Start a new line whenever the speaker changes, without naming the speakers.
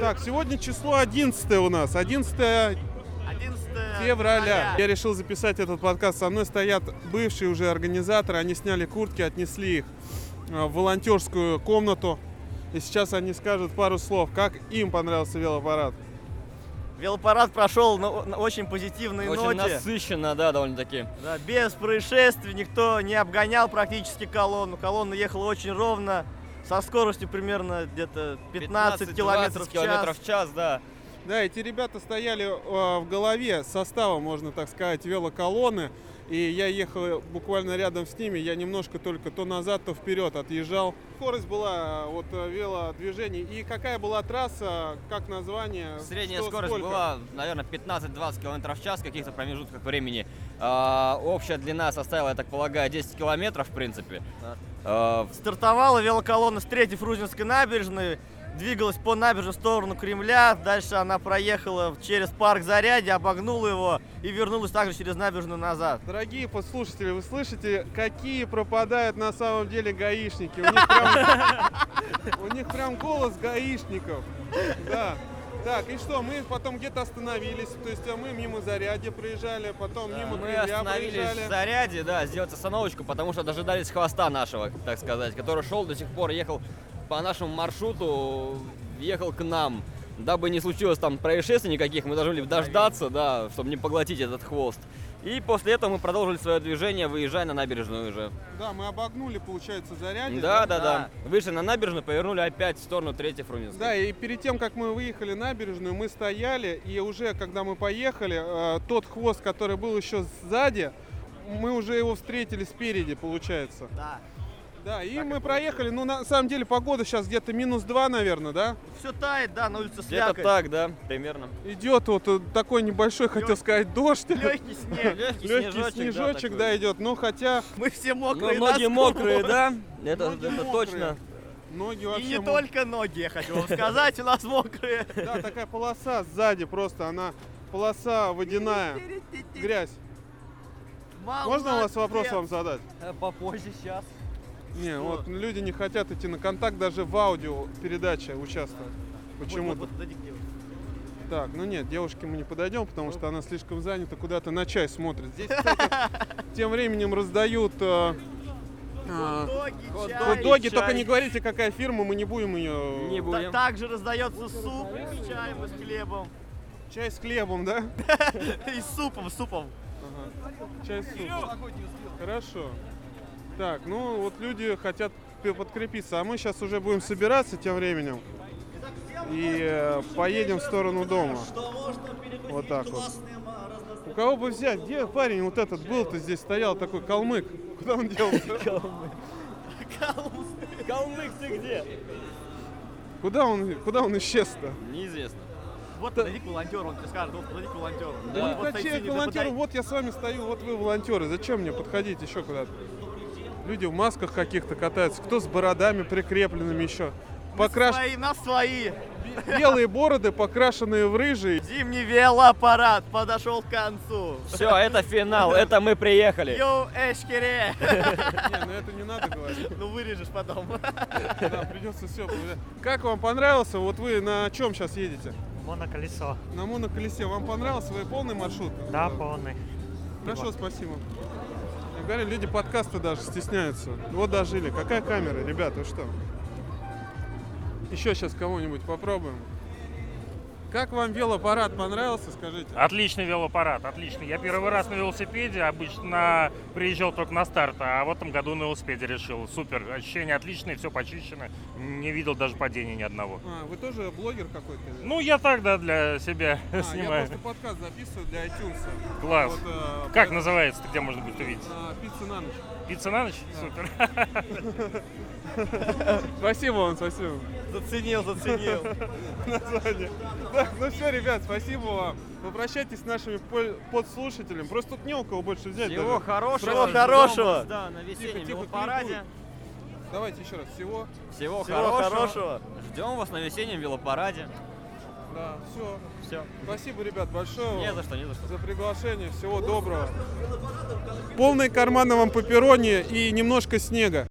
Так, сегодня число 11 у нас, 11
11
февраля. Я решил записать этот подкаст. Со мной стоят бывшие уже организаторы. Они сняли куртки, отнесли их э, в волонтерскую комнату. И сейчас они скажут пару слов, как им понравился велопарад.
Велопарад прошел на, на очень позитивной
Очень
ноте.
насыщенно, да, довольно-таки.
Да, без происшествий, никто не обгонял практически колонну. Колонна ехала очень ровно, со скоростью примерно где-то 15,
15-20
километров в час.
километров в час, да.
Да, эти ребята стояли э, в голове состава, можно так сказать, велоколонны. И я ехал буквально рядом с ними. Я немножко только то назад, то вперед отъезжал. Скорость была э, вот э, велодвижений. И какая была трасса, как название?
Средняя
что,
скорость
сколько?
была, наверное, 15-20 километров в час в каких-то промежутках времени. А, общая длина составила, я так полагаю, 10 километров, в принципе.
Да.
А,
Стартовала велоколонна с третьей Фрузинской набережной, двигалась по набережной в сторону Кремля. Дальше она проехала через парк Заряди, обогнула его и вернулась также через набережную назад.
Дорогие послушатели, вы слышите, какие пропадают на самом деле гаишники? У них прям, у них прям голос гаишников. Да. Так, и что, мы потом где-то остановились, то есть а мы мимо Зарядья проезжали, потом
да,
мимо
мы
Кремля
остановились в
проезжали.
заряде, да, сделать остановочку, потому что дожидались хвоста нашего, так сказать, который шел до сих пор, ехал по нашему маршруту, ехал к нам. Дабы не случилось там происшествий никаких, мы должны были дождаться, да, чтобы не поглотить этот хвост. И после этого мы продолжили свое движение, выезжая на набережную уже.
Да, мы обогнули, получается, Зарядье.
Да, да, да. Вышли на набережную, повернули опять в сторону третьей Фрунзенской.
Да, и перед тем, как мы выехали на набережную, мы стояли, и уже когда мы поехали, э, тот хвост, который был еще сзади, мы уже его встретили спереди, получается.
Да.
Да, и
Так и
мы проехали. Ну, на самом деле, погода сейчас где-то минус 2, наверное, да?
Все тает, да, на улице
Где-то
слякоть.
так, да, примерно.
Идет вот э, такой небольшой, хотел
Лёгкий.
сказать, дождь.
Легкий снег.
Легкий
Легкий снежочек, да, идет. Но хотя
Мы все
такой.
мокрые.
Но Ну, ноги
насквозь.
мокрые, да? Это,
Ноги
это
мокрые.
точно.
ноги
И
вообще...
не
мо-
только ноги, я хочу вам сказать, у нас мокрые.
Да, такая полоса сзади просто, она полоса водяная, грязь.
А
Можно у вас вопрос вам задать?
Попозже сейчас.
Не,
Что?
вот люди не хотят идти на контакт даже в аудио передаче участвовать. Почему-то. Так, ну нет, девушке мы не подойдем, потому что она слишком занята, куда-то на чай смотрит. Здесь, кстати, тем временем раздают э, э,
Хот-доги, чай.
хот-доги.
Ну, чай.
Только не говорите, какая фирма, мы не будем ее...
Не
Та-
будем.
Также раздается суп с чаем и с хлебом.
Чай с хлебом, да?
И с супом, с супом.
Ага. Чай с супом. Хорошо. Так, ну вот люди хотят пи- подкрепиться, а мы сейчас уже будем собираться тем временем и э, поедем в сторону дома. Вот так вот. У кого бы взять? Где парень вот этот был-то здесь стоял, такой калмык? Куда он делся?
Калмык ты где?
Куда он, куда он исчез-то?
Неизвестно.
Вот подойди к волонтеру, он тебе скажет, вот подойди к волонтеру.
Да.
Вот, вот
Зачем
стоит,
я
сидит,
волонтер?
подай.
Вот я с вами стою, вот вы волонтеры. Зачем мне подходить еще куда-то? Люди в масках каких-то катаются, кто с бородами прикрепленными еще. Покраш...
Свои, нас свои.
Белые бороды, покрашенные в рыжий.
Зимний велоаппарат подошел к концу.
Все, это финал, это мы приехали.
Йоу, Эшкере!
Не, ну это не надо говорить.
Ну вырежешь потом.
Да, придется все. Как вам понравился? Вот вы на чем сейчас едете?
Моноколесо.
На моноколесе. Вам понравился свой полный маршрут?
Да, полный.
Хорошо, спасибо. Я говорю, люди подкасты даже стесняются. Вот дожили. Какая камера, ребята, вы что? Еще сейчас кого-нибудь попробуем. Как вам велопарад понравился, скажите?
Отличный велопарад, отличный. Я первый раз на велосипеде, обычно приезжал только на старт, а в этом году на велосипеде решил. Супер, ощущения отличные, все почищено, не видел даже падения ни одного.
А, вы тоже блогер какой-то? или?
Ну, я так, да, для себя
А, Я
снимаю.
просто подкаст записываю для iTunes.
Класс.
Вот, э,
Как
э,
называется, где можно будет увидеть?
э, Пицца на ночь.
Пицца на ночь? Супер.
Спасибо вам, спасибо.
Заценил, заценил.
Название. Так, ну все, ребят, спасибо вам. Попрощайтесь с нашими пол- подслушателями. Просто тут не у кого больше взять.
Всего
даже.
хорошего.
Всего хорошего.
ждем вас, Да, на весеннем
тихо,
велопараде.
Давайте еще раз. Всего.
Всего
Всего
хорошего.
хорошего.
Ждем вас на весеннем велопараде.
Да, все.
Все.
Спасибо, ребят, большое.
Не
вам
за что, не за что.
за приглашение. Всего доброго. Полные карманы вам пепперони и немножко снега.